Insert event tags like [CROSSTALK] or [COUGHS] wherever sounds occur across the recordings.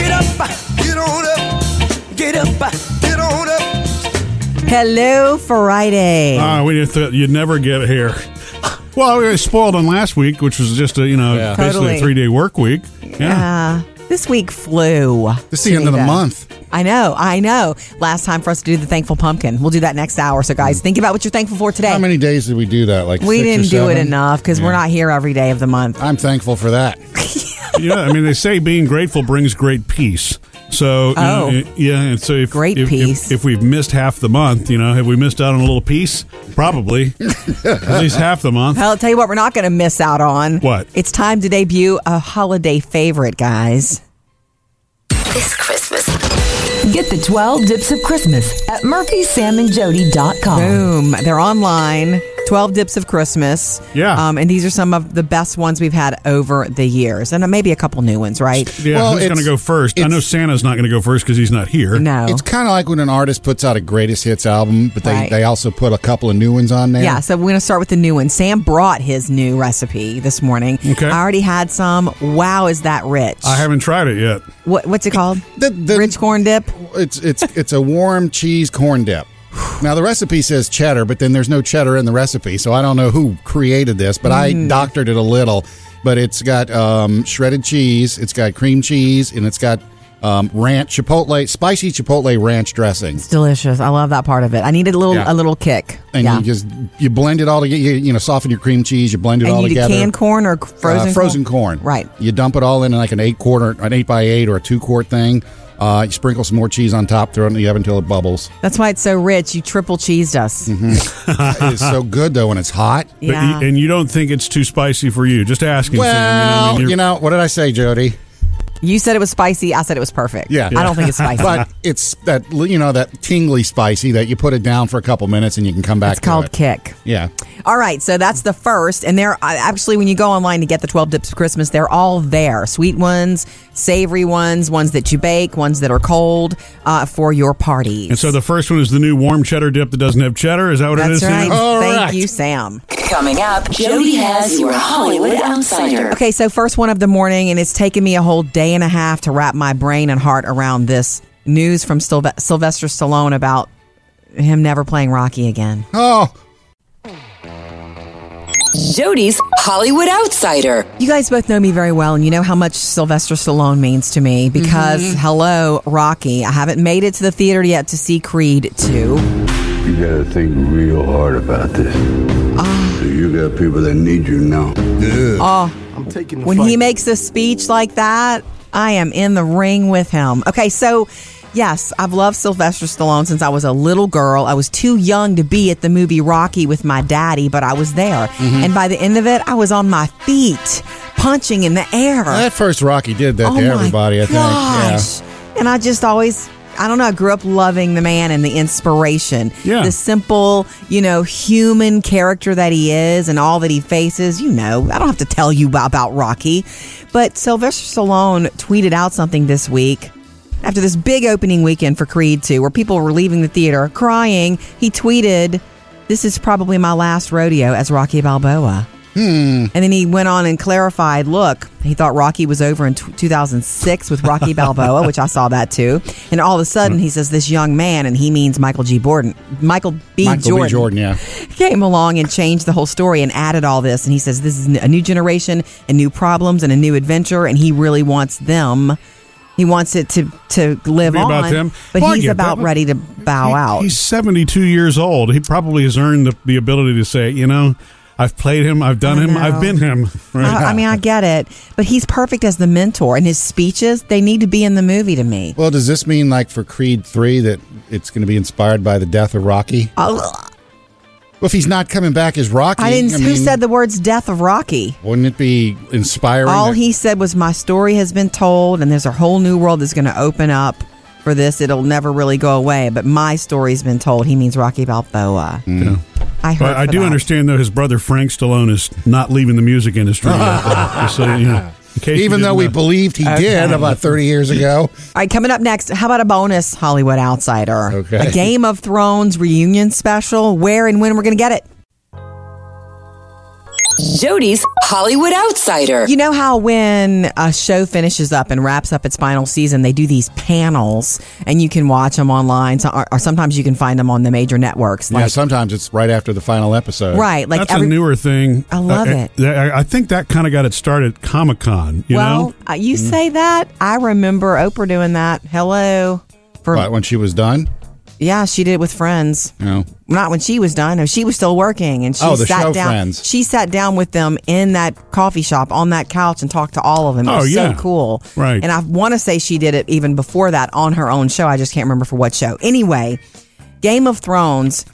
get on up, get up, get on up. Hello, Friday. Ah, we just thought you'd never get it here. Well, we were spoiled on last week, which was just a you know Yeah. basically Totally. a three day work week. Yeah, Uh, this week flew. This is the end of the Geneva. month. I know, I know. Last time for us to do the thankful pumpkin. We'll do that next hour. So, guys, think about what you're thankful for today. How many days did we do that? Like we six or didn't do it seven? enough because we're Yeah. not here every day of the month. I'm thankful for that. yeah. I mean, they say being grateful brings great peace. So Oh. you know, yeah, and so if Great if, if- peace. If, we've missed half the month, you know, have we missed out on a little peace? [LAUGHS] Probably, at least half the month. Well, I'll tell you what, we're not going to miss out on. What? It's time to debut a holiday favorite, guys. This Christmas. Get the 12 dips of Christmas at murphysamandjody.com. Boom. They're online. 12 Dips of Christmas. Yeah. Um, and these are some of the best ones we've had over the years. And maybe a couple new ones, right? yeah, Well, who's going to it's- go first? I it's- know Santa's not going to go first because he's not here. No. It's kind of like when an artist puts out a greatest hits album, but they, Right. they also put a couple of new ones on there. Yeah, so we're going to start with the new one. Sam brought his new recipe this morning. Okay. I already had some. Wow, is that rich? I haven't tried it yet. What, what's it called? The- the- rich corn dip? It's it's it's a warm cheese corn dip. Now the recipe says cheddar, but then there's no cheddar in the recipe, so I don't know who created this, but Mm. I doctored it a little. But it's got um, shredded cheese, it's got cream cheese, and it's got um, ranch chipotle, spicy chipotle ranch dressing. Delicious. I love that part of it. I needed a little Yeah. a little kick. And yeah. you just you blend it all together. You, you know, soften your cream cheese, you blend it and all you did together. canned corn or c- frozen uh, frozen corn. Right. You dump it all in like an eight quarter, an eight by eight or a two quart thing. Uh, you sprinkle some more cheese on top, throw it in the oven until it [LAUGHS] bubbles. That's why it's so rich. You triple cheesed us. Mm-hmm. it's so good though when it's hot. But Yeah. you, and you don't think it's too spicy for you? Just asking. Sam, Well, you know, I mean, you you're- know what did I say, Jody? you said it was spicy. I said it was perfect. Yeah. I don't think it's spicy. [LAUGHS] But it's that you know that tingly spicy that you put it down for a couple minutes and you can come back. it's to called it. kick. Yeah, All right, so that's the first, and they're I- actually when you go online to get the twelve dips of Christmas, they're all there: sweet ones, savory ones, ones that you bake, ones that are cold uh, for your parties. and so the first one is the new warm cheddar dip that doesn't have cheddar. Is that what it that's is? right. Sam? All Thank right. you, Sam. Coming up, Jody has your Hollywood outsider. Okay, so first one of the morning, and it's taken me a whole day and a half to wrap my brain and heart around this news from Sylve- Sylvester Stallone about him never playing Rocky again. Oh, Jody's Hollywood outsider. You guys both know me very well, and you know how much Sylvester Stallone means to me because, hello, Rocky. I haven't made it to the theater yet to see Creed 2. You gotta think real hard about this. So you got people that need you now. When he makes a speech like that, I am in the ring with him. Okay, so yes, I've loved Sylvester Stallone since I was a little girl. I was too young to be at the movie Rocky with my daddy, but I was there. And by the end of it, I was on my feet, punching in the air. that first Rocky did that to everybody. I think. Yeah. Oh gosh. And I just always, I don't know, I grew up loving the man and the inspiration. Yeah. The simple, you know, human character that he is and all that he faces. You know, I don't have to tell you about Rocky. But Sylvester Stallone tweeted out something this week. After this big opening weekend for Creed 2, where people were leaving the theater crying, he tweeted, This is probably my last rodeo as Rocky Balboa. And then he went on and clarified look, he thought Rocky was over in t- 2006 with [LAUGHS] Rocky Balboa, which I saw that too. And all of a sudden, he says this young man, and he means Michael G. Borden, Michael B. Michael Jordan, B. Jordan. Yeah. [LAUGHS] came along and changed the whole story and added all this. And he says this is a new generation and new problems and a new adventure, and he really wants them. He wants it to to live Be about on, them. but Well, I he's get about that. ready to bow He- out. He's 72 years old. He probably has earned the, the ability to say, you know, I've played him, I've done I him, know. I've been him. Right? I, I mean, I get it, but he's perfect as the mentor, and his speeches they need to be in the movie to me. Well, does this mean like for Creed three that it's going to be inspired by the death of Rocky? Oh, Well, if he's not coming back as Rocky, I didn't. who mean, said the words "death of Rocky"? Wouldn't it be inspiring? All that- he said was, "My story has been told, and there's a whole new world that's going to open up for this. It'll never really go away, but my story's been told." He means Rocky Balboa. I heard. But I for do that. understand, though, his brother Frank Stallone is not leaving the music industry. yet, though. [LAUGHS] Just so, you know, in case you even though didn't we know. believed he did about 30 years [LAUGHS] ago. All right, coming up next, how about a bonus Hollywood Outsider? Okay. A Game of Thrones reunion special. Where and when we're going to get it? Jody's Hollywood Outsider. You know how when a show finishes up and wraps up its final season, they do these panels and you can watch them online, so, or, or sometimes you can find them on the major networks. yeah, Like, sometimes it's right after the final episode. right, like That's every- a newer thing. I love Uh, it. uh, I, I think that kind of got it started at Comic Con. You well, know, Mm-hmm. uh, you say that I remember Oprah doing that. Hello, for But when she was done, yeah, she did it with Friends. no. Not when she was done. No, she was still working, and she Oh, the sat show down. Friends. She sat down with them in that coffee shop on that couch and talked to all of them. It Oh, was yeah. so cool, Right. And I want to say she did it even before that on her own show. I just can't remember for what show. Anyway, Game of Thrones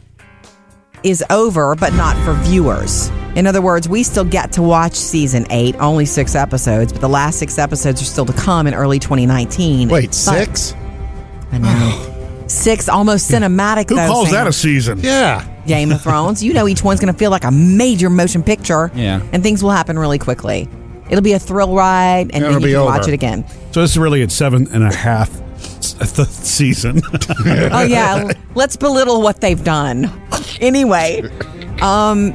is over, but not for viewers. In other words, we still get to watch season eight, only six episodes, but the last six episodes are still to come in early 2019. Wait, But- six? I [GASPS] know. Six, almost cinematic. who though, calls Sam. that a season? Yeah. Game of Thrones. You know, each one's going to feel like a major motion picture. Yeah. And things will happen really quickly. It'll be a thrill ride, and It'll then you be can watch over. it again. So this is really its seventh and a half [LAUGHS] th- season. Oh [LAUGHS] yeah, let's belittle what they've done. anyway, um,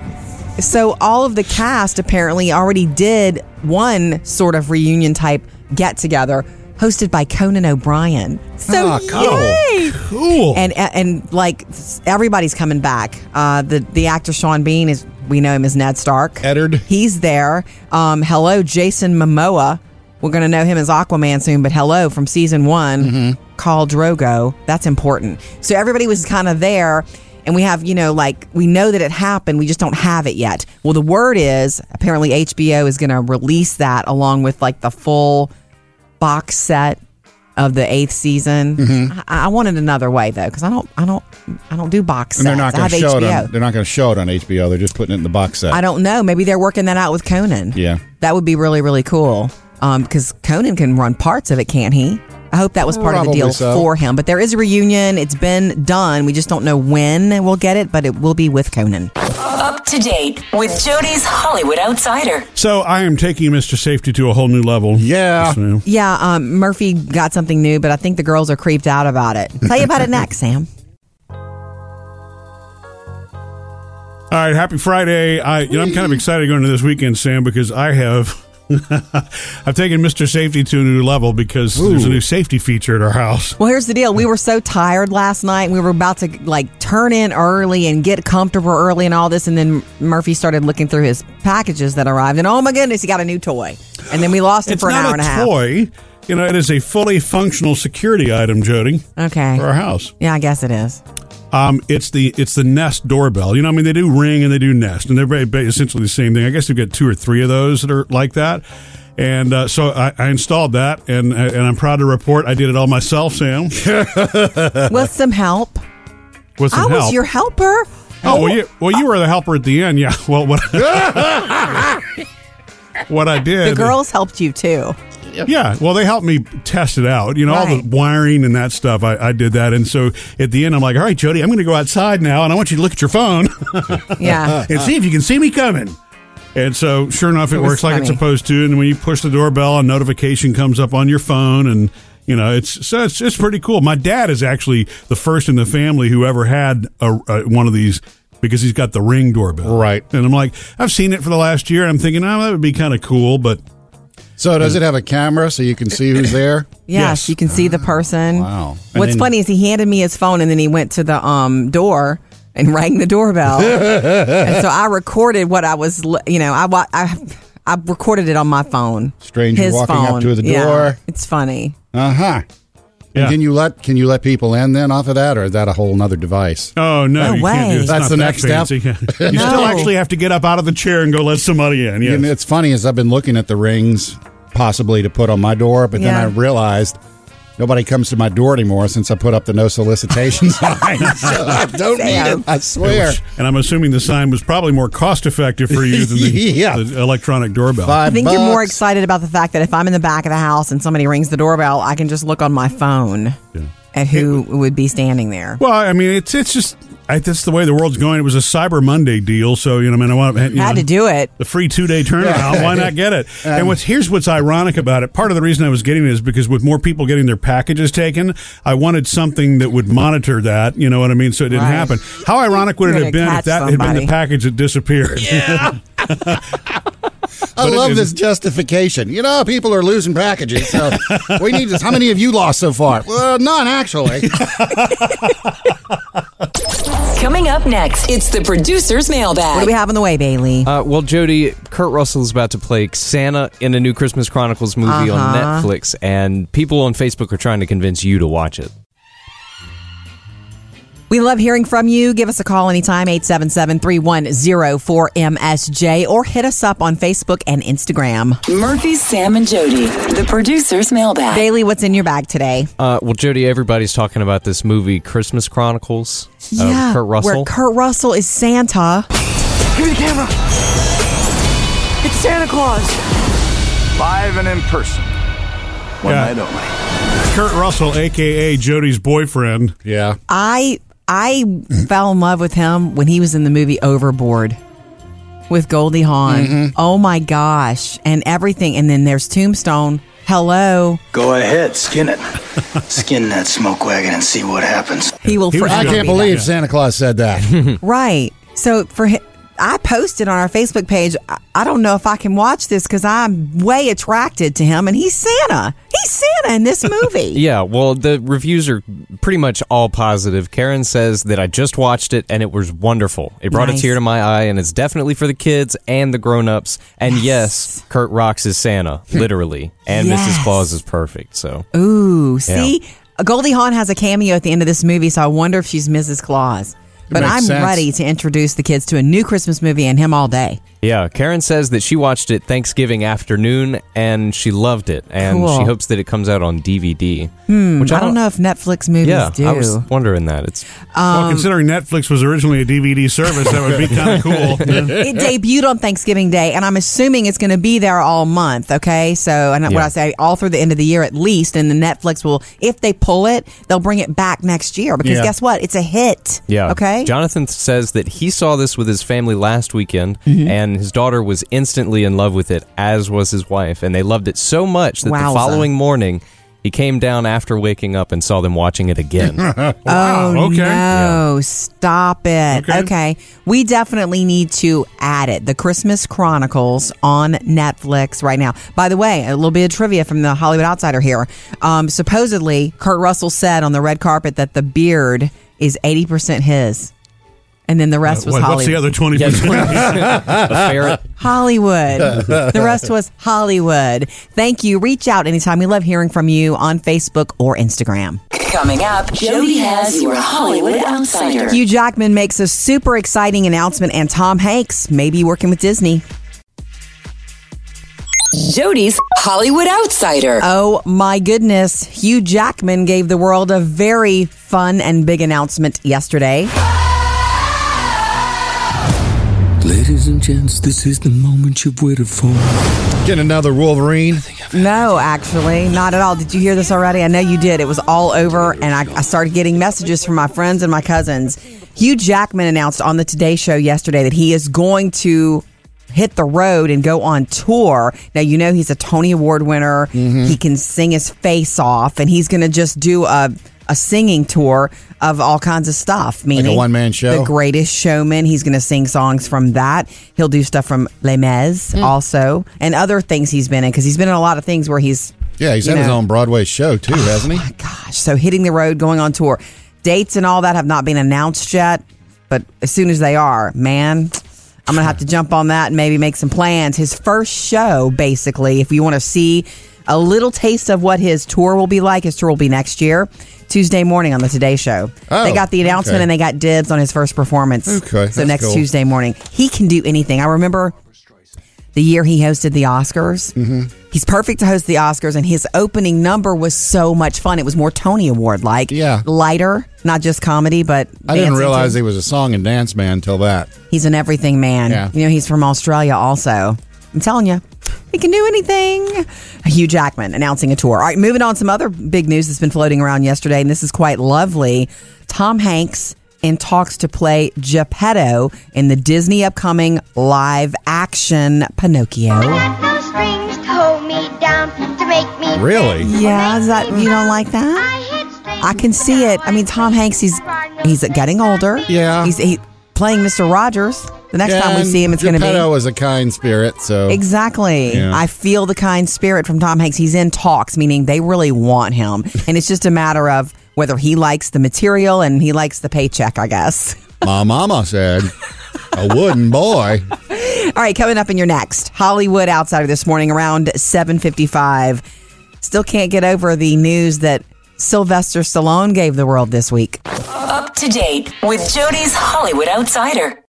so all of the cast apparently already did one sort of reunion type get together, hosted by Conan O'Brien. [LAUGHS] So Oh, cool. yay! Ah, cool. and uh, and like everybody's coming back. Uh, the the actor Sean Bean is we know him as Ned Stark. Eddard. He's there. Um, hello, Jason Momoa. We're gonna know him as Aquaman soon, but hello from season one, call Drogo. That's important. So everybody was kind of there. And we have, you know, like we know that it happened, we just don't have it yet. Well, the word is apparently HBO is going to release that along with like the full box set of the eighth season. Mm-hmm. I, I want it another way though, because I don't, I don't, I don't do box sets. And they're not I have going to show it. HBO. On, they're not going to show it on HBO. They're just putting it in the box set. I don't know. Maybe they're working that out with Conan. Yeah. that would be really really cool. Um, because Conan can run parts of it, can't he? I hope that was part of the Probably deal so. for him. But there is a reunion. It's been done. We just don't know when we'll get it, but it will be with Conan. Up to date with Jody's Hollywood Outsider. so I am taking Mr. Safety to a whole new level. Yeah. So- Yeah, um, Murphy got something new, but I think the girls are creeped out about it. Tell you [LAUGHS] about it next, Sam. all right. Happy Friday. I you know, I'm kind of excited going to this weekend, Sam, because I have. [LAUGHS] I've taken Mr. Safety to a new level because there's a new safety feature at our house. Well, here's the deal. We were so tired last night. We were about to like turn in early and get comfortable early and all this. And then Murphy started looking through his packages that arrived. And oh my goodness, he got a new toy. And then we lost him It's for an not hour a and a half. toy. You know, it is a fully functional security item, Jody, Okay. for our house. Yeah, I guess it is. Um, it's the it's the Nest doorbell. You know, I mean, they do Ring and they do Nest, and they're ba- ba- essentially the same thing. I guess they've got two or three of those that are like that. And uh, so I, I installed that, and and I'm proud to report I did it all [LAUGHS] myself, Sam, With some help. with I [LAUGHS] some was help. your helper. oh well, you well you were the helper at the end, yeah. [LAUGHS] [LAUGHS] Well, what what I did, The girls helped you too. Yeah, well, they helped me test it out. You know, all Right. the wiring and that stuff. I, I did that, and so at the end, I'm like, "All right, Jody, I'm going to go outside now, and I want you to look at your phone [LAUGHS] Yeah. and see if you can see me coming." And so, sure enough, it, It was works like it's funny. supposed to. And when you push the doorbell, a notification comes up on your phone, and you know, it's so it's, it's pretty cool. My dad is actually the first in the family who ever had a, a, one of these. Because he's got the ring doorbell, Right. And I'm like, I've seen it for the last year. And I'm thinking, oh, that would be kind of cool, but So does it have a camera so you can see [COUGHS] who's there? Yes, Yes. you can see the person. Ah, wow. And What's then- funny is he handed me his phone and then he went to the um door and [LAUGHS] rang the doorbell. and so I recorded what I was, l- you know, I wa- I I recorded it on my phone. Stranger his walking up phone. to the Yeah. door. It's funny. Uh huh. Yeah. Can you let can you let people in then off of that, or is that a whole nother device? Oh no! No you can't way. do it. It's That's not the that next step. fancy. [LAUGHS] step. you still No. actually have to get up out of the chair and go let somebody in. Yes. And it's funny as I've been looking at the rings possibly to put on my door, but Yeah. then I realized nobody comes to my door anymore since I put up the no solicitations [LAUGHS] sign. So I don't need it. I swear. and I'm assuming the sign was probably more cost effective for you than the, [LAUGHS] Yeah. the electronic doorbell. I Five think you're more bucks. excited about the fact that if I'm in the back of the house and somebody rings the doorbell, I can just look on my phone at who would be standing there. Well, I mean, it's it's just I, that's the way the world's going. It was a Cyber Monday deal, so you know, I mean, I want you know, Had to do it. the free two day turnaround. Why not get [LAUGHS] it? and what's here's what's ironic about it. Part of the reason I was getting it is because with more people getting their packages taken, I wanted something that would monitor that. You know what I mean? So it didn't Right. happen. How ironic would You're it have gonna been if catch that had been somebody. the package that disappeared? I it love this didn't. justification. You know, people are losing packages, so we need this. How many of you lost so far? Well, none actually. Coming up next, it's the producer's mailbag. What do we have on the way, Bailey? Uh, well, Jody, Kurt Russell's about to play Santa in a new Christmas Chronicles movie Uh-huh. on Netflix, and people on Facebook are trying to convince you to watch it. We love hearing from you. Give us a call anytime, 877-310-4MSJ, or hit us up on Facebook and Instagram. Murphy's Sam and Jody, the producer's mailbag. Bailey, what's in your bag today? Uh, well, Jody, everybody's talking about this movie, Christmas Chronicles, of Kurt Where Russell. Kurt Russell is Santa. Give me the camera. It's Santa Claus. Live and in person. One Yeah. night only. Kurt Russell, aka Jody's boyfriend. Yeah. I I fell in love with him when he was in the movie Overboard with Goldie Hawn. Oh my gosh. And everything. And then there's Tombstone. Hello. Go ahead, skin it. skin that smoke wagon and see what happens. He will He was forever I good. be can't that. believe Santa Claus said that. Right. So for hi- I posted on our Facebook page, I- I don't know if I can watch this because I'm way attracted to him and he's Santa. He's Santa in this movie. [LAUGHS] yeah, well, the reviews are pretty much all positive. Karen says that I just watched it and it was wonderful. It brought Nice. a tear to my eye, and it's definitely for the kids and the grown ups. And yes. Kurt rocks is Santa, literally. And Yes. Mrs. Claus is perfect, so. Ooh, see? Goldie Hawn has a cameo at the end of this movie, so I wonder if she's Mrs. Claus. But makes I'm sense. ready to introduce the kids to a new Christmas movie and him all day. Yeah, Karen says that she watched it Thanksgiving afternoon and she loved it, and Cool. she hopes that it comes out on DVD. Hmm, which I don't know if Netflix movies Yeah, do. I was wondering that. It's well, Um, considering Netflix was originally a DVD service, that would be [LAUGHS] kind of cool. Oh, Yeah. it debuted on Thanksgiving Day, and I'm assuming it's going to be there all month. Okay, so and what Yeah. I say, all through the end of the year at least, and the Netflix will, if they pull it, they'll bring it back next year because Yeah. guess what? It's a hit. yeah. Okay. Jonathan says that he saw this with his family last weekend, Mm-hmm. and his daughter was instantly in love with it, as was his wife, and they loved it so much that Wowza. the following morning he came down after waking up and saw them watching [LAUGHS] it again. [LAUGHS] Wow, Oh okay. no! Stop it. Okay. Okay. we definitely need to add it. The Christmas Chronicles on Netflix right now. By the way, a little bit of trivia from the Hollywood Outsider here. Um, supposedly, Kurt Russell said on the red carpet that the beard is eighty percent his, and then the rest was Uh, What- what's the Hollywood. other 20%? [LAUGHS] a ferret. Hollywood. [LAUGHS] the rest was Hollywood. Thank you. Reach out anytime. We love hearing from you on Facebook or Instagram. Coming up, Jody has your Hollywood Outsider. Hugh Jackman makes a super exciting announcement, and Tom Hanks may be working with Disney. Jody's Hollywood Outsider. Oh my goodness. Hugh Jackman gave the world a very fun and big announcement yesterday. Ladies and gents, this is the moment you've waited for. Get another Wolverine. No, actually, not at all. Did you hear this already? I know you did. It was all over, and I, I started getting messages from my friends and my cousins. Hugh Jackman announced on the Today Show yesterday that he is going to hit the road and go on tour. Now, you know, he's a Tony Award winner. Mm-hmm. He can sing his face off, and he's going to just do a, a singing tour of all kinds of stuff. Meaning one-man show? The greatest showman. He's going to sing songs from that. He'll do stuff from Les Mis also and other things he's been in because he's been in a lot of things where he's Yeah, he's You had his know. own Broadway show too, [LAUGHS] hasn't he? gosh, so hitting the road, going on tour. Dates and all that have not been announced yet, but as soon as they are, man, I'm going to have to jump on that and maybe make some plans. His first show, basically, if you want to see a little taste of what his tour will be like, his tour will be next year, Tuesday morning on the Today Show. Oh, they got the announcement okay. and they got dibs on his first performance. Okay, So that's next cool. Tuesday morning, he can do anything. I remember the year he hosted the Oscars. Mm-hmm. He's perfect to host the Oscars, and his opening number was so much fun. It was more Tony Award like, Yeah. lighter, not just comedy, but I didn't dancing realize too. he was a song and dance man until that. he's an everything man. Yeah. You know, he's from Australia, also. I'm telling you. He can do anything. Hugh Jackman announcing a tour. All right, moving on. Some other big news that's been floating around yesterday, and this is quite lovely. Tom Hanks in talks to play Geppetto in the Disney upcoming live action Pinocchio. No strings to hold me down to make me. Really? Yeah, is that you don't like that? I can see it. I mean, Tom Hanks, he's he's getting older. Yeah. he's he, playing Mr. Rogers. The next time we And see him, it's going to be Um, Geppetto is a kind spirit, so Exactly. Yeah. I feel the kind spirit from Tom Hanks. He's in talks, meaning they really want [LAUGHS] him. And it's just a matter of whether he likes the material and he likes the paycheck, I guess. [LAUGHS] my mama said, a wooden boy. All right, coming up in your next Hollywood Outsider this morning around 7:55. Still can't get over the news that Sylvester Stallone gave the world this week. Up to date with Jody's Hollywood Outsider.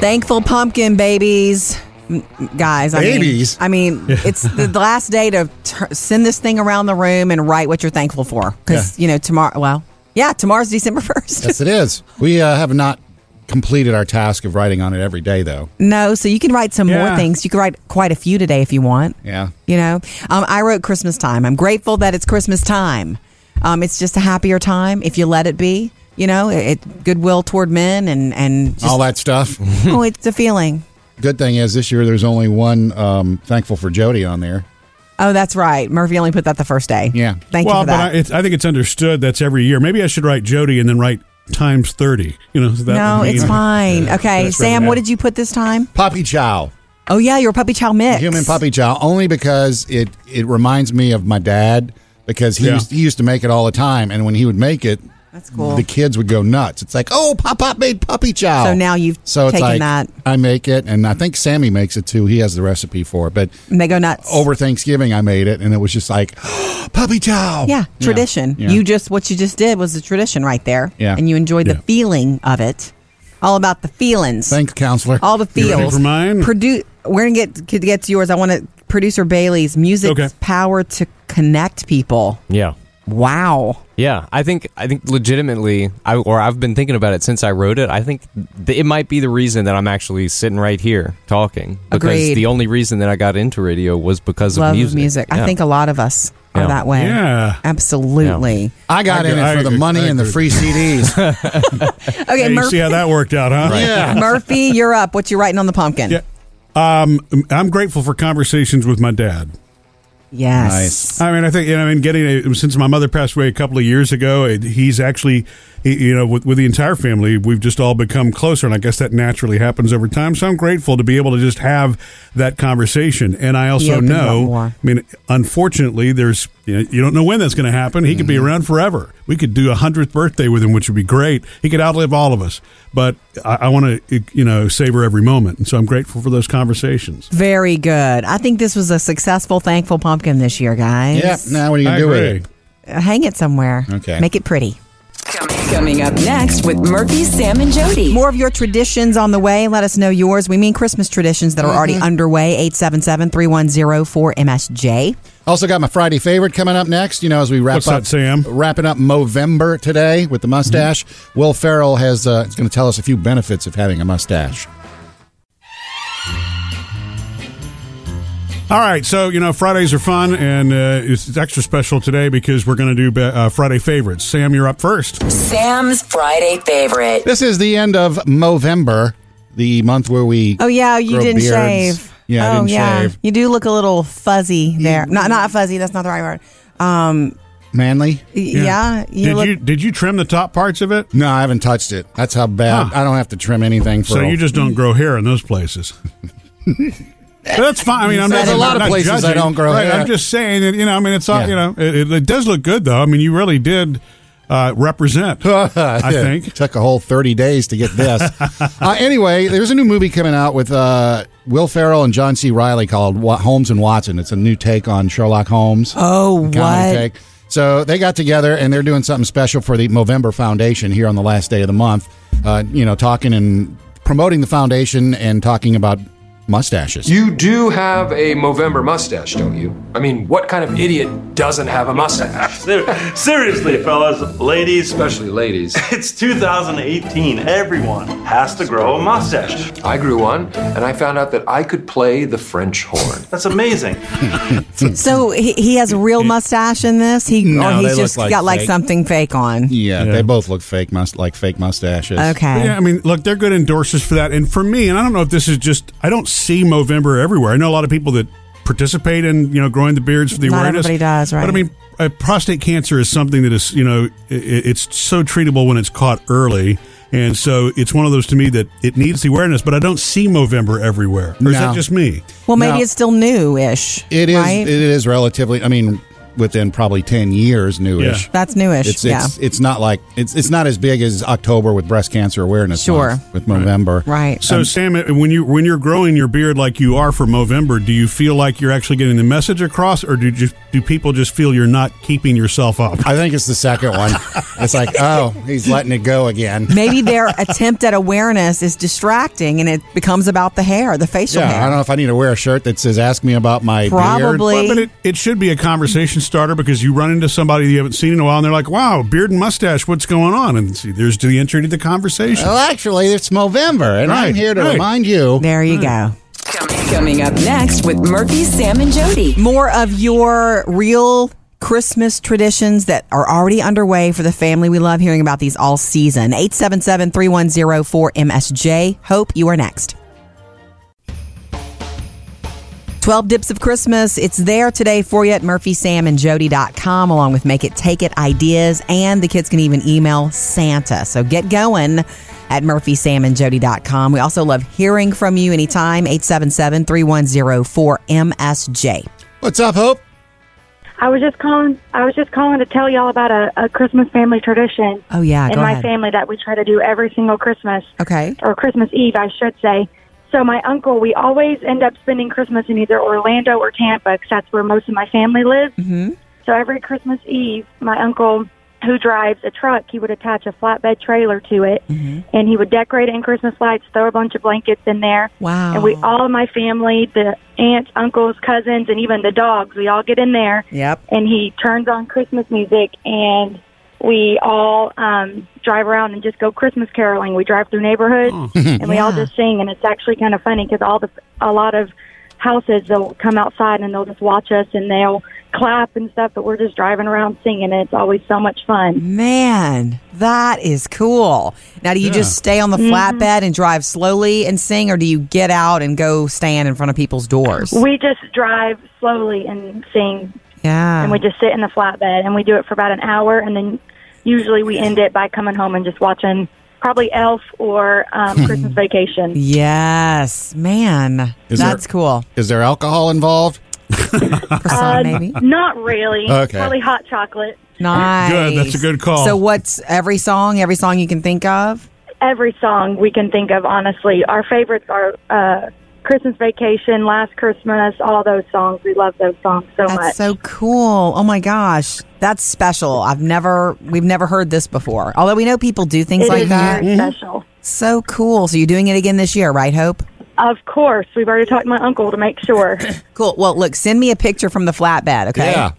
Thankful pumpkin babies. M- Guys, I Babies? Mean, I [LAUGHS] mean, it's the last day to tur send this thing around the room and write what you're thankful for. Because, you know, tomorrow, well, yeah, tomorrow's December [LAUGHS] 1st. Yes, it is. We uh, have not completed our task of writing on it every day, though. No, so you can write some Yeah. more things. You can write quite a few today if you want. Yeah. You know, um, I wrote Christmas time. I'm grateful that it's Christmas time. Um, it's just a happier time if you let it be. You know, it, it goodwill toward men and and just, All that stuff. oh, it's a feeling. Good thing is this year there's only one um, thankful for Jody on there. Oh, that's right. Murphy only put that the first day. Yeah. Thank well, you for but that. I, it's, I think it's understood that's every year. Maybe I should write Jody and then write times thirty. You know, so that no, would mean- it's fine. Okay, That's really Sam, bad. what did you put this time? Poppy Chow. Oh yeah, your puppy chow mix. Human Puppy Chow, only because it, it reminds me of my dad because he, Yeah. used, he used to make it all the time. And when he would make it, That's cool. the kids would go nuts. It's like, oh, Pop Pop made Puppy Chow. So now you've so it's taken like, that I make it, and I think Sammy makes it too. He has the recipe for it. But and they go nuts. over Thanksgiving, I made it, and it was just like, [GASPS] Puppy Chow. Yeah, tradition. Yeah. You just what you just did was the tradition right there. Yeah. And you enjoyed the feeling of it. All about the feelings. Thanks, counselor. all the You ready feels. for mine? Produ- we're gonna get to get to yours. I want to producer Bailey's music's Okay. power to connect people. Yeah. Wow. Yeah, I think I think legitimately, I, or I've been thinking about it since I wrote it. I think th- it might be the reason that I'm actually sitting right here talking because Agreed. the only reason that I got into radio was because Love of music. I Yeah. think a lot of us Yeah. are that way. Yeah. Absolutely. I got I in agree- it for the I money agree- and the I [LAUGHS] free CDs. Okay, Hey, you see Murphy. how that worked out, huh? Murphy, you're up. What you writing on the pumpkin? Yeah. Um, I'm grateful for conversations with my dad. Yes. I mean, I think you know, I mean, getting a, since my mother passed away a couple of years ago, it, he's actually, he, you know, with, with the entire family, we've just all become closer, and I guess that naturally happens over time. So I'm grateful to be able to just have that conversation, and I also opens up know, more. I mean, unfortunately, there's you, know, you don't know when that's going to happen. He could be around forever. We could do a hundredth birthday with him, which would be great. He could outlive all of us, but I, I want to, you know, savor every moment, and so I'm grateful for those conversations. Very good. I think this was a successful, thankful pumpkin this year, guys. yeah. Now what are you I gonna do with agree. it? Hang it somewhere. Okay. Make it pretty. Coming up next with Murphy, Sam, and Jody. More of your traditions on the way. Let us know yours. We mean Christmas traditions that are already Mm-hmm. underway. 877 310 4MSJ. Also got my Friday favorite coming up next. You know, as we wrap What's up, that, Sam? Mm-hmm. Wrapping up Movember today with the mustache. Will Farrell has uh, is going to tell us a few benefits of having a mustache. All right, so you know Fridays are fun, and uh, it's, it's extra special today because we're going to do be- uh, Friday favorites. Sam, you're up first. Sam's Friday favorite. This is the end of Movember, the month where we. Oh, yeah, you grow didn't beards. shave. Yeah, I oh, didn't yeah. shave. You do look a little fuzzy there. Not not fuzzy. That's not the right word. Um, Manly. y- yeah. you did look. you did you trim the top parts of it? No, I haven't touched it. That's how bad. Huh. I don't have to trim anything for. So you just mm. don't grow hair in those [LAUGHS] places. But That's fine. I mean, I'm There's not, a lot I'm of not places I judging. don't grow right, hair. I'm just saying that you know. I mean, it's all Yeah. you know. It, it, it does look good though. I mean, you really did uh, represent. [LAUGHS] I think. Took a whole 30 days to get this. [LAUGHS] uh, anyway, there's a new movie coming out with uh, Will Ferrell and John C. Riley called Wa- Holmes and Watson. It's a new take on Sherlock Holmes. oh, Comedy what? take. So they got together and they're doing something special for the Movember Foundation here on the last day of the month. Uh, you know, talking and promoting the foundation and talking about mustaches. You do have a Movember mustache, don't you? I mean, what kind of idiot doesn't have a mustache? [LAUGHS] Ser- Seriously, fellas, ladies, especially ladies, [LAUGHS] it's 2018. Everyone has to grow a mustache. I grew one, and I found out that I could play the French horn. That's amazing. so he, he has a real mustache in this. He No, or they he's look just like got like fake. something fake on. Yeah, they both look fake, must like fake mustaches. Okay. But Yeah, I mean, look, they're good endorsers for that. And for me, and I don't know if this is just, I don't see Movember everywhere. I know a lot of people that participate in, you know, growing the beards for the Not awareness. everybody does, right. But I mean, uh, prostate cancer is something that is, you know, i- i it's so treatable when it's caught early. And so it's one of those to me that it needs the awareness, but I don't see Movember everywhere. Or is No. that just me? Well, maybe Now- it's still new-ish. It is. Right? It is relatively. I mean, within probably ten years, newish. Yeah. That's newish. It's, yeah. it's it's not like it's it's not as big as October with breast cancer awareness. Sure. Month with November. right. So, Sam, uh, when you when you're growing your beard like you are for Movember, do you feel like you're actually getting the message across, or do you, do people just feel you're not keeping yourself up? I think it's the second [LAUGHS] one. it's like, oh, he's letting it go again. [LAUGHS] Maybe their attempt at awareness is distracting and it becomes about the hair, the facial Yeah, I hair. don't know if I need to wear a shirt that says "Ask me about my beard." Probably. Well, but it, it should be a conversation starter because you run into somebody you haven't seen in a while, and they're like, "Wow, beard and mustache, what's going on?" And see, there's the entry to the conversation. Well, actually, it's Movember, and I'm Right, here to right. remind you. There you go. Coming up next with Murphy, Sam, and Jody. More of your real Christmas traditions that are already underway for the family. We love hearing about these all season. 877 310 4MSJ. Hope you are next. 12 Dips of Christmas. It's there today for you at murphysamandjody.com along with Make It Take It ideas and the kids can even email Santa. So get going at murphysamandjody.com. We also love hearing from you anytime 877-310-4MSJ. What's up, Hope? I was just calling. I was just calling to tell y'all about a, a Christmas family tradition. Oh, yeah, in go my ahead. family that we try to do every single Christmas. Okay. or Christmas Eve, I should say. So my uncle, we always end up spending Christmas in either Orlando or Tampa, 'cause that's where most of my family lives. Mhm. So every Christmas Eve, my uncle, who drives a truck, he would attach a flatbed trailer to it, Mm-hmm. and he would decorate it in Christmas lights, throw a bunch of blankets in there. Wow. And we all of my family, the aunts, uncles, cousins, and even the dogs, we all get in there. Yep. And he turns on Christmas music, and we all um, drive around and just go Christmas caroling. We drive through neighborhoods, and we [LAUGHS] all Yeah. just sing. And it's actually kind of funny because all the a lot of houses they'll come outside and they'll just watch us and they'll clap and stuff. But we're just driving around singing. And it's always so much fun. Mm-hmm. Man, that is cool. Now, do you just stay on the Mm-hmm. flatbed and drive slowly and sing, or do you get out and go stand in front of people's doors? We just drive slowly and sing yeah. and we just sit in the flatbed and we do it for about an hour and then usually we end it by coming home and just watching probably elf or um, christmas vacation Yes, man, Is that's there- cool. Is there alcohol involved? Uh, Croissant, [LAUGHS] maybe. not really Okay. probably hot chocolate Nice. Good, that's a good call. So, what's every song? Every song you can think of? every song we can think of honestly our favorites are uh, christmas vacation last christmas all those songs we love those songs so that's much so cool. Oh my gosh, that's special. I've never, we've never heard this before. Although we know people do things It like is that. Mm-hmm. very Mhm. special. So cool. So you're doing it again this year, right? Hope. of course we've already talked to my uncle to make [LAUGHS] sure Cool. Well, look, send me a picture from the flatbed. Okay. Yeah.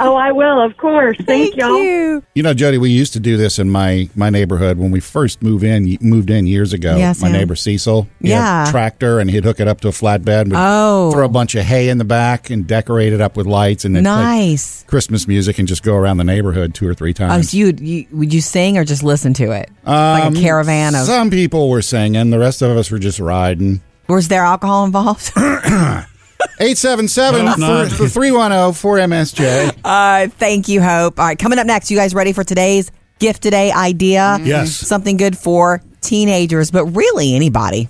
oh i will of course thank, y'all You know, Jody, we used to do this in my my neighborhood when we first moved in moved in years ago. Yes, my yeah. neighbor Cecil, he had Yeah. a tractor, and he'd hook it up to a flatbed. would Oh. throw a bunch of hay in the back and decorate it up with lights and then play Nice. Christmas music and just go around the neighborhood two or three Oh, times. so you, you would you sing or just listen to it? like a Um, caravan of. Some people were singing, the rest of us were just riding. was there alcohol [LAUGHS] involved? 877 Nope, not. 310 4MSJ. Uh, thank you, Hope. All right, coming up next, you guys ready for today's gift today idea? Yes. um, Something good for teenagers, but really anybody.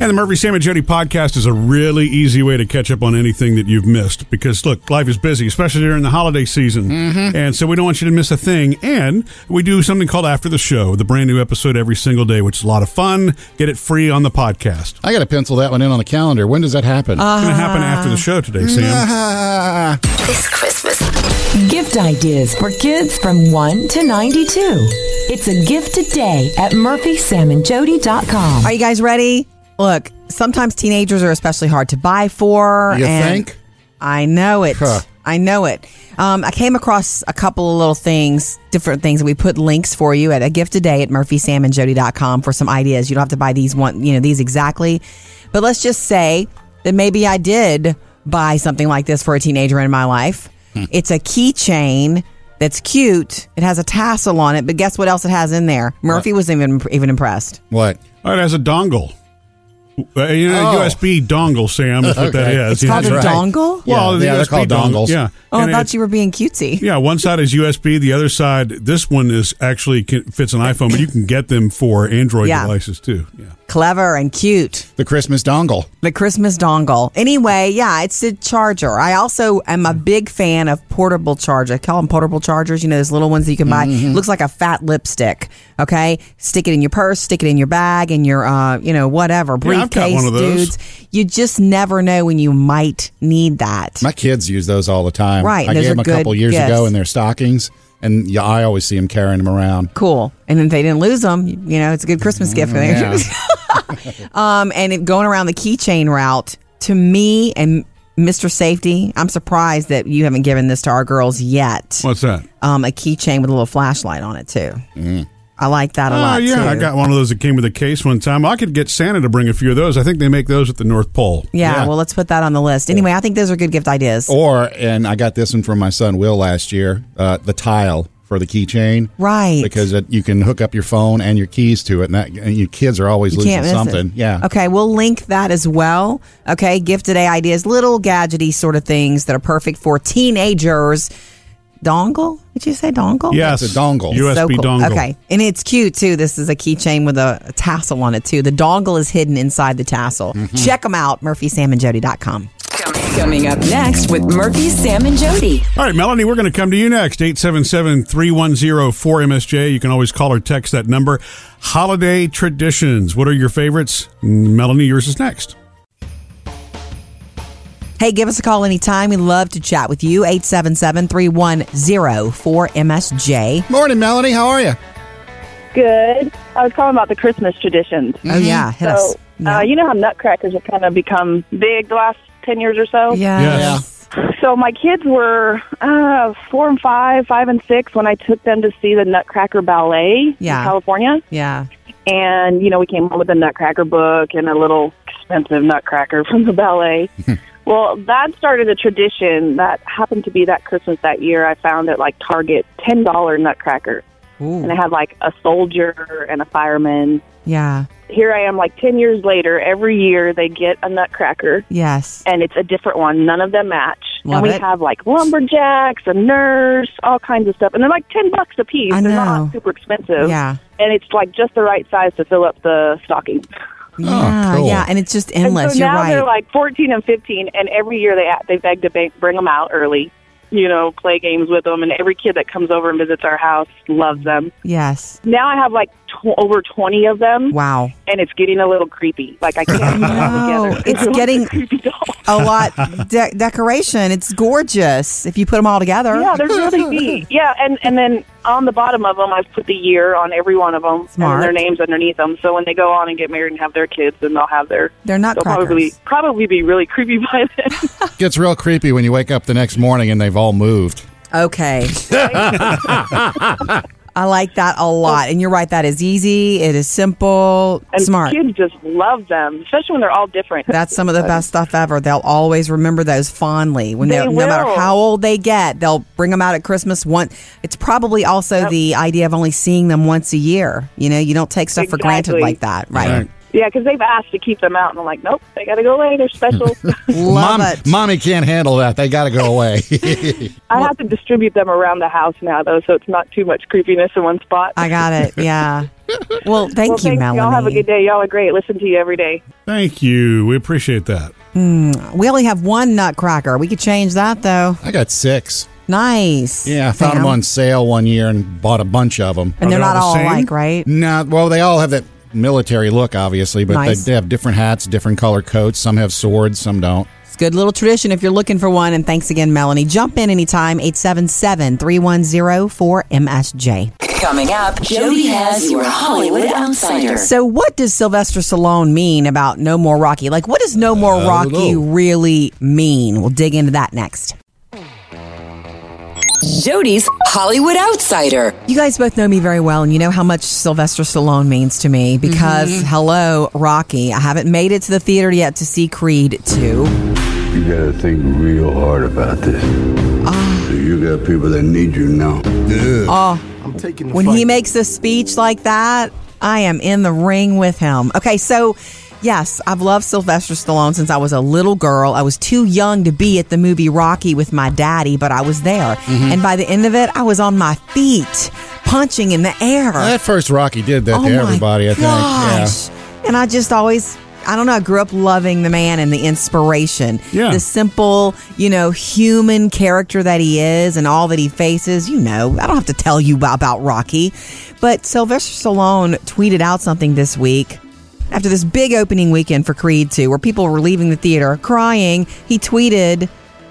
And the Murphy Sam and Jody podcast is a really easy way to catch up on anything that you've missed because look, life is busy, especially during the holiday season, and so we don't want you to miss a thing. And we do something called After the Show, the brand new episode every single day, which is a lot of fun. Get it free on the podcast. I got to pencil that one in on the calendar. When does that happen? Uh, It's going to happen after the show today, Sam. Ah. Gift ideas for kids from 1 to 92. It's a gift today at murphysamandjody.com. Are you guys ready? Look, sometimes teenagers are especially hard to buy for. [LAUGHS] You and think? I know it. Huh. I know it. Um, I came across a couple of little things, different things, and we put links for you at a gift today at murphysamandjody.com for some ideas. You don't have to buy these one, you know, these exactly. But let's just say that maybe I did buy something like this for a teenager in my life. Hmm. It's a keychain that's cute. It has a tassel on it, but guess what else it has in there? Murphy was even even impressed. What? Oh, it has a dongle. Uh, you know, Oh. USB dongle, Sam, [LAUGHS] is what that Okay. is. It's You know, called a it's like- dongle? Well, Yeah, the yeah, they're USB called dongle, dongles. Yeah. Oh, And I thought it's- you were being cutesy. Yeah, one side is USB, the other side, this one is actually can, fits an iPhone, but you can get them for Android Yeah. devices too. Yeah. Clever and cute. The Christmas dongle. The Christmas dongle. Anyway, yeah, it's a charger. I also am Mm. a big fan of portable charger. I call them portable chargers. You know, those little ones that you can buy. Mm-hmm. Looks like a fat lipstick. Okay, stick it in your purse, stick it in your bag, in your uh, you know, whatever Yeah, I've briefcase, got one of those. dudes. You just never know when you might need that. My kids use those all the time. Right, I those gave are them a couple good years ago gifts. in their stockings, and yeah, I always see them carrying them around. Cool. And if they didn't lose them, you know, it's a good Christmas gift for them. Yeah. Mm-hmm. um, and it, going around the keychain route, to me and Mr. Safety, I'm surprised that you haven't given this to our girls yet. What's that? Um, a keychain with a little flashlight on it too. Mm. I like that a Oh, lot. yeah. too. I got one of those that came with a case one time. I could get Santa to bring a few of those. I think they make those at the North Pole. Yeah, well, let's put that on the list. Anyway, I think those are good gift ideas. [LAUGHS] Or, and I got this one from my son Will last year uh, the tile for the keychain. Right. Because it, you can hook up your phone and your keys to it, and, that, and your kids are always You losing can't miss something. it. Yeah. Okay, we'll link that as well. Okay, gift today ideas, little gadgety sort of things that are perfect for teenagers. Dongle? Did you say dongle? Yes. It's a dongle. USB dongle. Okay, and it's cute too. This is a keychain with a, a tassel on it too. The dongle is hidden inside the tassel. Check them out. MurphySamandJody.com. Coming up next with Murphy, Sam, and Jody. All right, Melanie, we're going to come to you next. 877 310 4MSJ. You can always call or text that number. Holiday traditions. What are your favorites? Melanie, yours is next. Hey, give us a call anytime. We love to chat with you. 877-310-4MSJ. Morning, Melanie. How are you? Good. I was calling about the Christmas traditions. Oh, yeah. Hit Mm-hmm. so, us. Yeah. Uh, you know how nutcrackers have kind of become big the last 10 years or so? Uh, Yes. So my kids were uh, four and five, five and six when I took them to see the Nutcracker Ballet Yeah. in California. Yeah. And, you know, we came home with a Nutcracker book and a little expensive Nutcracker [LAUGHS] from the ballet. well, that started a tradition that happened to be that Christmas that year. I found at like Target $10 Nutcracker. And it had like a soldier and a fireman. Yeah. Here I am, like 10 years later, every year they get a Nutcracker Yes. and it's a different one. None of them match. Love and we it. have like lumberjacks, a nurse, all kinds of stuff, and they're like ten bucks a piece. I they're know. not super expensive. Yeah. and it's like just the right size to fill up the stocking. Oh, Yeah. cool. Yeah. And it's just and endless. so You're now right. they're like fourteen and fifteen, and every year they act- they beg to ba- bring them out early. You know, play games with them, and every kid that comes over and visits our house loves them. yes. Now I have like tw- over twenty of them. Wow. And it's getting a little creepy. Like [LAUGHS] I can't. [LAUGHS] Oh, it's getting a lot de- decoration. It's gorgeous if you put them all together. Yeah, they're really neat. Yeah, and and then on the bottom of them, I've put the year on every one of them Smart. and their names underneath them. So when they go on and get married and have their kids, then they'll have their They're they'll probably probably be really creepy [LAUGHS] by then. Gets real creepy when you wake up the next morning and they've all moved. [LAUGHS] Okay. I like that a lot. And you're right. That is easy. It is simple. And smart. kids just love them, especially when they're all different. That's some of the best stuff ever. They'll always remember those fondly. When They they, no matter will. how old they get, they'll bring them out at Christmas. One, it's probably also the idea of only seeing them once a year. You know, you don't take stuff for granted Exactly. like that, right? Yeah, because they've asked to keep them out, and I'm like, nope, they got to go away. [LAUGHS] They're special. Mom, Mommy can't handle that. They got to go away. [LAUGHS] I have to distribute them around the house now, though, so it's not too much creepiness in one spot. I [LAUGHS] got it. Yeah. Well, thank well, you, thanks. Melanie. Y'all have a good day. Y'all are great. Listen to you every day. Thank you. We appreciate that. Mm, we only have one nutcracker. We could change that though. I got six. Nice. Yeah, I found them Sam. on sale one year and bought a bunch of them. And they're not all alike, right? No, well, they all have that military look, obviously, but Nice. they, they have different hats, different color coats. Some have swords, some don't. It's a good little tradition if you're looking for one. And thanks again, Melanie. Jump in anytime, 877 310 4MSJ. Coming up, Jody has your Hollywood Outsider. So, what does Sylvester Stallone mean about No More Rocky? Like, what does No More I don't Rocky know. really mean? We'll dig into that next. Jody's Hollywood Outsider. You guys both know me very well, and you know how much Sylvester Stallone means to me because, Mhm. hello, Rocky. I [LAUGHS] haven't made it to the theater yet to see Creed 2. You gotta think real hard about this. Ah. So you got people that need you now. Oh, I'm taking when he makes a speech like that, I am in the ring with him. Okay, so yes, I've loved Sylvester Stallone since I was a little girl. I was too young to be at the movie Rocky with my daddy, but I was there. Mm-hmm. And by the end of it, I was on my feet, punching in the air. That first Rocky did that Oh to my everybody, I think. gosh. And I just always, I don't know, I grew up loving the man and the inspiration. Yeah. The simple, you know, human character that he is and all that he faces. You know, I don't have to tell you about Rocky. But Sylvester Stallone tweeted out something this week. After this big opening weekend for Creed 2, where people were leaving the theater crying, he tweeted,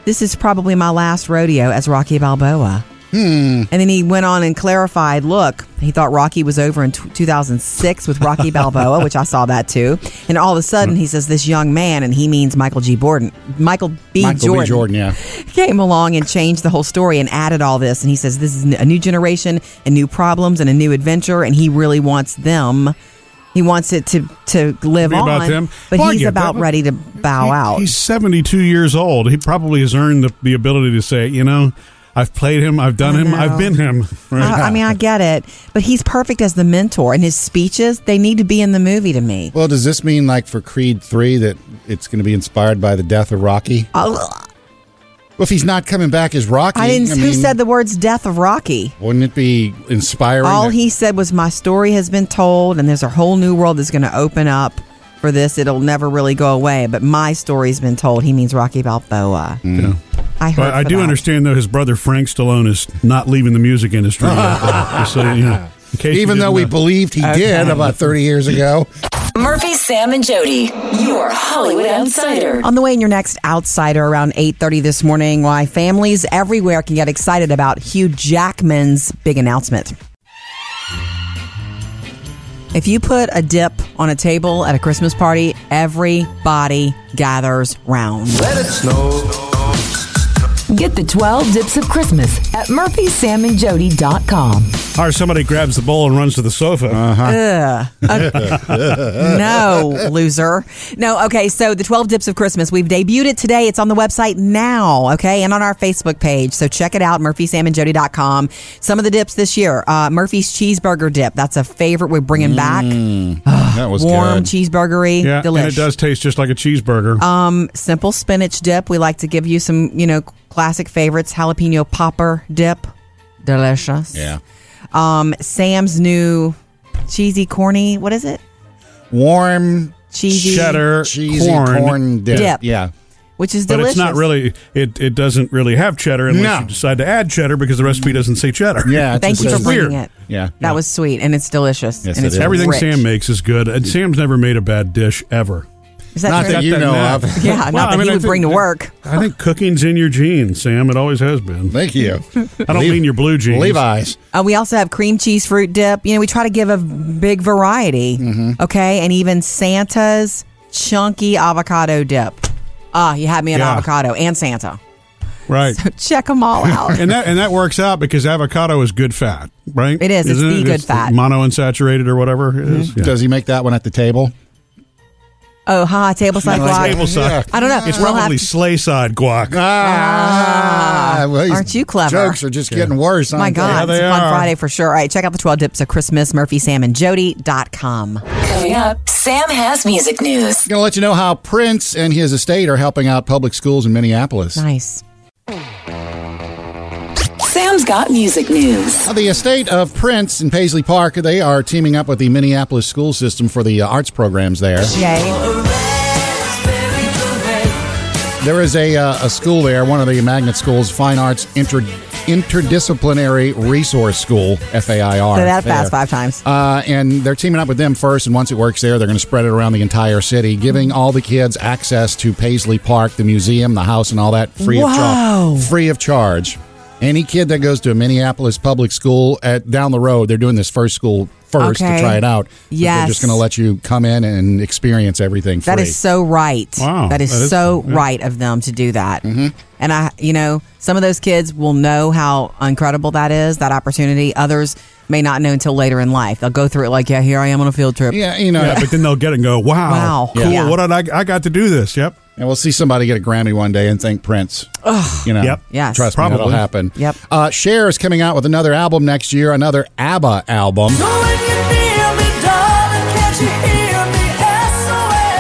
This is probably my last rodeo as Rocky Balboa. And then he went on and clarified look, he thought Rocky was over in t- 2006 with Rocky Balboa, which I saw that too. And all of a sudden, he says this young man, and he means Michael G. Borden, Michael B. Michael Jordan, B. Jordan, yeah. came along and changed the whole story and added all this. And he says this is a new generation and new problems and a new adventure, and he really wants them. He wants it to to live Be about on, them. but Well, I he's get about that. ready to bow out. He's 72 years old. He probably has earned the, the ability to say, you know, I've played him, I've done I him, know. I've been him. I, I mean, I get it, but he's perfect as the mentor, and his speeches they need to be in the movie to me. Yeah. Well, does this mean, like, for Creed 3 that it's going to be inspired by the death of Rocky? Oh, Well, if he's not coming back as Rocky, I didn't. who mean, said the words "death of Rocky"? Wouldn't it be inspiring? All that- he said was, "My story has been told, and there's a whole new world that's going to open up for this. It'll never really go away, but my story's been told." He means Rocky Balboa. Yeah. I heard. But I for do that. understand, though, his brother Frank Stallone is not leaving the music industry. yet, though. Just so you know, in case you even though didn't we know. believed he did Okay. about 30 years [LAUGHS] ago. Murphy, Sam, and Jody, your Hollywood Outsider. On the way in your next outsider around 8:30 this morning, why families everywhere can get excited about Hugh Jackman's big announcement. If you put a dip on a table at a Christmas party, everybody gathers round. Let it snow. Get the 12 dips of Christmas at murphysamandjody.com. Or somebody grabs the bowl and runs to the sofa. Ugh. [LAUGHS] no, loser. No, okay, so the 12 Dips of Christmas, we've debuted it today. It's on the website now, okay, and on our Facebook page. So check it out, murphysamandjody.com. Some of the dips this year uh, Murphy's Cheeseburger Dip. That's a favorite we're bringing back. that was Warm, good. cheeseburgery, Mm, Yeah, and delish. it does taste just like a cheeseburger. Um, simple spinach dip. We like to give you some, you know, classic favorites. Jalapeno popper dip, delicious. Yeah. Um, Sam's new cheesy corny. What is it? Warm cheesy cheddar cheesy corn, corn, dip. dip. Yeah. which is But delicious. it's not really. It, it doesn't really have cheddar unless No. you decide to add cheddar because the recipe doesn't say cheddar. Yeah, Thank you for bringing weird. it. Yeah, that was sweet and it's delicious. Yes, and it it's is. [LAUGHS] everything rich. Sam makes is good. And Sam's never made a bad dish ever. Is that Not true? that you know knack. of. [LAUGHS] Yeah, not that he would bring to work. I think cooking's in your genes, Sam. It always has been. Thank you. I don't Le- mean your blue jeans. Levi's. Uh, we also have cream cheese fruit dip. You know, we try to give a big variety. Okay, and even Santa's chunky avocado dip. Ah, you had me an Yeah. avocado and Santa. [LAUGHS] Right. Check them all out. and that and that works out because avocado is good fat, right? It is. It's Isn't the good It's fat. Mm-hmm. monounsaturated or whatever it is. Does he make that one at the table? Oh, ha, table side It's guac. table side. I don't know. It's We'll have probably to- sleigh side guac. Ah, well, these aren't you clever? Jokes are just getting worse. My aren't they? God, it's a fun Friday for sure. All right, check out the 12 Dips of Christmas, murphysamandjody.com. Coming up, Sam has music news. Going to let you know how Prince and his estate are helping out public schools in Minneapolis. Nice. Sam's got music news. The estate of Prince in Paisley Park, they are teaming up with the Minneapolis school system for the uh, arts programs there. There is a, uh, a school there, one of the magnet schools, Fine Arts Inter- Interdisciplinary Resource School, FAIR. Say that fast There. five times. Uh, and they're teaming up with them first, and once it works there, they're going to spread it around the entire city, giving all the kids access to Paisley Park, the museum, the house, and all that free of Wow. charge. Free of charge. Any kid that goes to a Minneapolis public school at down the road, they're doing this first school first Okay. to try it out. Yeah, Yes. They're just going to let you come in and experience everything free. That is so right. Wow, that is, that is- so yeah. Mm-hmm. right of them to do that. And I, you know, some of those kids will know how incredible that is, that opportunity. Others may not know until later in life. They'll go through it like, yeah, here I am on a field trip. Yeah, you know. Yeah, but then they'll get it and go, wow, Wow. cool. Yeah. What did I, I got to do this? Yep. And we'll see somebody get a Grammy one day and thank Prince. You know, Yep. Yes. trust me, Probably. that'll happen. Yep. Uh, Cher is coming out with another album next year, another ABBA album.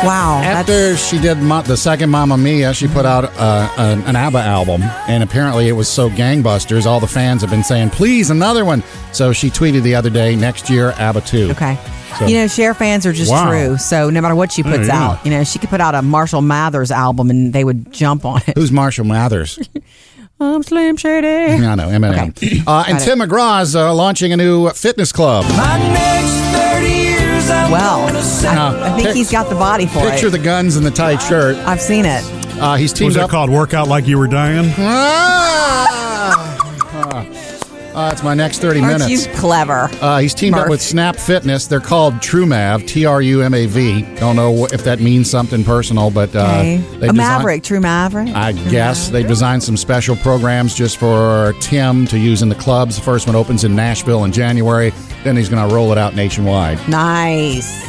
Wow. After she did Ma- the second Mamma Mia, she put out uh, an, an ABBA album, and apparently it was so gangbusters. All the fans have been saying, "Please, another one." So she tweeted the other day, "Next year, ABBA 2. Okay. So- you know, Cher fans are just Wow. Mm. true. So no matter what she puts Yeah, yeah. out, you know, she could put out a Marshall Mathers album and they would jump on [LAUGHS] it. Who's [LAUGHS] Marshall Mathers? I'm Slim Shady. I know Eminem. Uh, and Got it. Tim McGraw's uh, launching a new fitness club. Well, I, I think pic- he's got the body for Picture it. the guns and the tight shirt. I've seen it. Uh, he's teamed What's that up. called? Workout like you were dying? Uh, Ah! it's my next 30 Aren't minutes. you clever? Uh, he's teamed Murph. up with Snap Fitness. They're called TruMav, T R U M A V. Don't know wh- if that means something personal, but uh, Okay. they've A designed- maverick, true maverick. I guess they designed some special programs just for Tim to use in the clubs. The first one opens in Nashville in January. Then he's going to roll it out nationwide. Nice.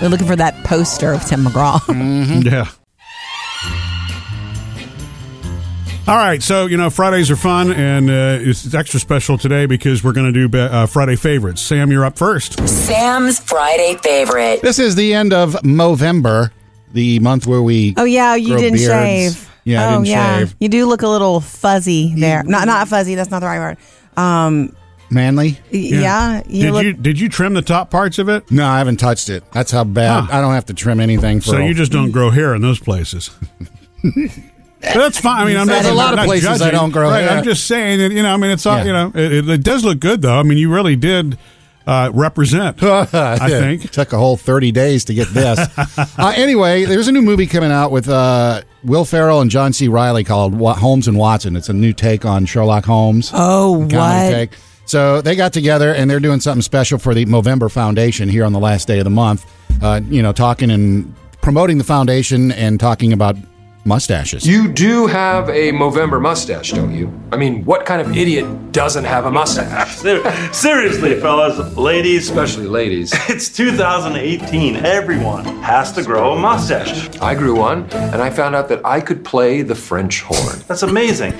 We're looking for that poster of Tim McGraw. Mm-hmm. Yeah. All right, so you know Fridays are fun, and uh, it's it's extra special today because we're going to do be- uh, Friday favorites. Sam, you're up first. [LAUGHS] Sam's Friday favorite. This is the end of Movember, the month where we. Oh yeah, you grow didn't beards. shave. Yeah, oh, I didn't yeah. shave. You do look a little fuzzy there. Not not fuzzy. That's not the right word. Um, Manly? y- yeah. you did look- you did you trim the top parts of it? No, I haven't touched it. That's how bad. I don't have to trim anything for So a- you just don't grow hair in [LAUGHS] those places. That's fine. I mean, I'm not, There's a lot I'm of not places I judging. don't grow Right, hair. I'm just saying that you know. I mean, it's all Yeah. you know. It, it, it does look good though. I mean, you really did uh, represent. I Yeah, think. it took a whole 30 days to get [LAUGHS] this. uh, anyway, there's a new movie coming out with uh, Will Ferrell and John C. Riley called Wa- Holmes and Watson. It's a new take on Sherlock Holmes. Oh, Comedy what? take. So they got together and they're doing something special for the Movember Foundation here on the last day of the month. Uh, you know, talking and promoting the foundation and talking about mustaches. You do have a Movember mustache, don't you? I mean, what kind of idiot doesn't have a mustache? Ser- Seriously, fellas, ladies, Especially ladies. it's 2018. Everyone has to grow a mustache. I grew one, and I found out that I could play the French horn. That's amazing.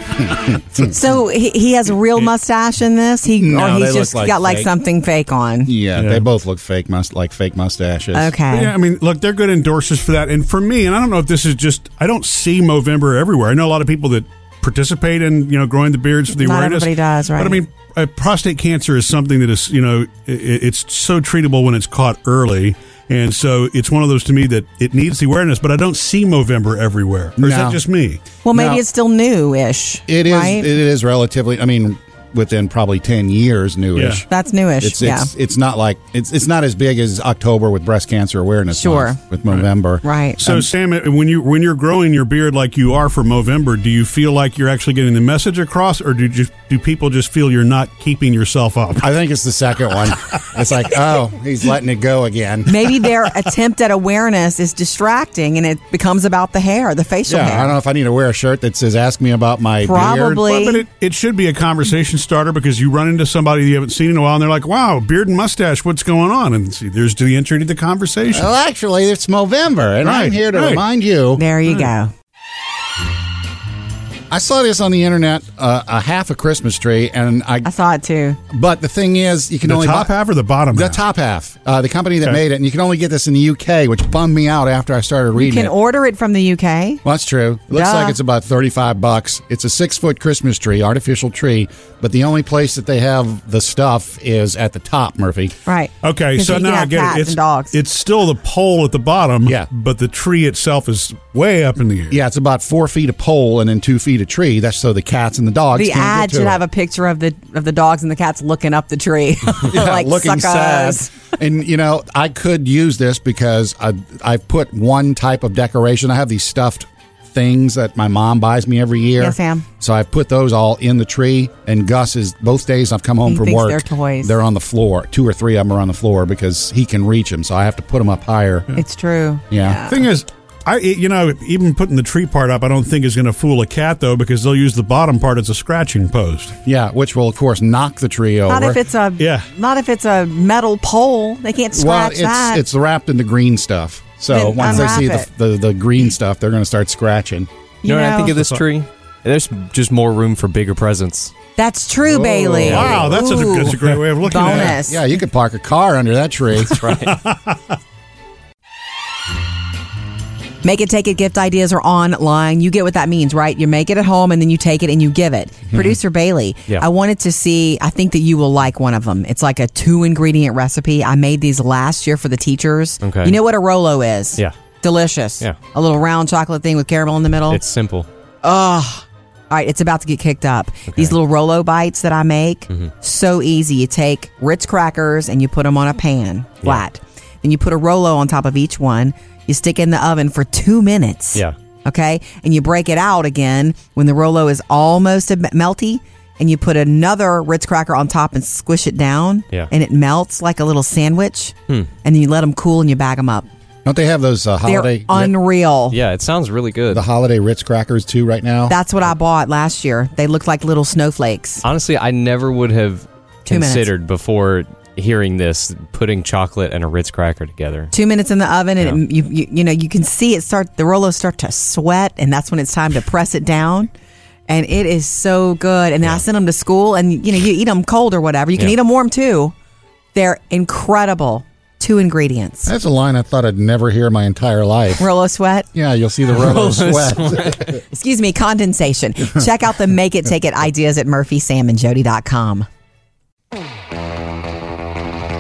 so he, he has a real mustache in this. He No, or they he's look just like got like fake. something fake on. yeah, they both look fake, must like fake mustaches. Okay. Yeah, I mean, look, they're good endorsers for that. And for me, and I don't know if this is just, I don't see Movember everywhere. I know a lot of people that participate in, you know, growing the beards for the Not awareness. everybody does, right. But I mean, uh, prostate cancer is something that is, you know, i i- it's so treatable when it's caught early. And so it's one of those to me that it needs the awareness, but I don't see Movember everywhere. Or No. is that just me? Well, maybe No. it's still new-ish. It is. Right? It is relatively. I mean, within probably ten years, newish. Yeah. That's newish. It's, yeah. it's it's not like it's it's not as big as October with breast cancer awareness. Sure. Month, with November, right. So, Sam, it- when you when you're growing your beard like you are for Movember, do you feel like you're actually getting the message across, or do just do people just feel you're not keeping yourself up? I think it's the [LAUGHS] second one. it's like, oh, he's letting it go again. Maybe [LAUGHS] their attempt at awareness is distracting, and it becomes about the hair, the facial Yeah, hair. I don't know if I need to wear a shirt that says "Ask me about my Probably. beard." Well, but it, it should be a conversation starter because you run into somebody you haven't seen in a while and they're like, wow, beard and mustache, what's going on? And see, there's the entry to the conversation. Well, actually, it's November, and I'm Right, here to right. remind you. There you go. I saw this on the internet, uh, a half a Christmas tree, and I. I saw it too. But the thing is, you can the only top buy- half or the bottom The half? top half, uh, the company that Okay. made it, and you can only get this in the UK, which bummed me out after I started You reading can it. order it from the UK. Well, that's true. It looks Duh. like it's about thirty-five bucks. It's a six-foot Christmas tree, artificial tree, but the only place that they have the stuff is at the top. Murphy, Right. Okay, 'Cause so you can now I have get cats it. It's, and dogs. it's still the pole at the bottom, Yeah. but the tree itself is way up in the air. yeah, it's about four feet of pole and then two feet of tree. That's so the cats and the dogs. the can't ad get to should it. have a picture of the of the dogs and the cats looking up the tree, [LAUGHS] [LAUGHS] Yeah, like looking suckers. sad. And you know, I could use this because I I put one type of decoration. I have these stuffed things that my mom buys me every year. Yes, Sam. So I put those all in the tree. And Gus is both days I've come home He from thinks work. they're toys. They're on the floor. Two or three of them are on the floor because he can reach them. So I have to put them up [LAUGHS] higher. It's true. Yeah. Thing is, I it- you know even putting the tree part up, I don't think is going to fool a cat though because they'll use the bottom part as a scratching post. Yeah, which will of course knock the tree over. Not if it's a Yeah. Not if it's a metal pole. They can't scratch well, it's that. it's wrapped in the green stuff. So Then once they unwrap see it. the, the the green stuff, they're going to start scratching. You know what I think of this So- tree? There's just more room for bigger presents. That's true, Bailey. Wow, that's a, Ooh. that's a great way of looking at it. Bonus. Yeah, you could park a car under that tree. [LAUGHS] That's right. Make it, take it, gift ideas are online. You get what that means, right? You make it at home and then you take it and you give it. Producer Bailey, Yeah. I wanted to see, I think that you will like one of them. It's like a two ingredient recipe. I made these last year for the teachers. Okay. You know what a Rolo is? Yeah. Delicious. Yeah. A little round chocolate thing with caramel in the middle. It's simple. Oh, all right. It's about to get kicked up. These little Rolo bites that I make, Mm-hmm. so easy. You take Ritz crackers and you put them on a pan flat. Then you put a Rolo on top of each one. You stick it in the oven for two minutes. Yeah. Okay. And you break it out again when the Rolo is almost a- melty. And you put another Ritz cracker on top and squish it down. Yeah. And it melts like a little sandwich. Hmm. And then you let them cool and you bag them up. Don't they have those uh, holiday They're unreal. Yeah, it sounds really good. the holiday Ritz crackers too right now? That's what I bought last year. They looked like little snowflakes. Honestly, I never would have Two minutes. considered before hearing this putting chocolate and a Ritz cracker together. Two minutes in the oven, and it, you, you you know you can see it start. The Rolos start to sweat, and that's when it's time to press it down. And it is so good. And then I send them to school, and you know you eat them cold or whatever. You can Yeah. eat them warm too. They're incredible. Two ingredients: That's a line I thought I'd never hear in my entire life. Rolo sweat. Yeah, you'll see [LAUGHS] the Rolo sweat. [LAUGHS] Excuse me, condensation. Check out the Make It Take It ideas at murphysamandjody.com.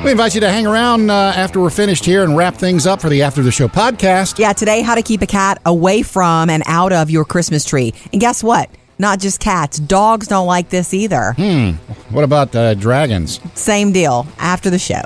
We invite you to hang around uh, after we're finished here and wrap things up for the After the Show podcast. Yeah, today, how to keep a cat away from and out of your Christmas tree. And guess what? Not just cats, dogs don't like this either. Hmm. What about uh, dragons? Same deal after the show.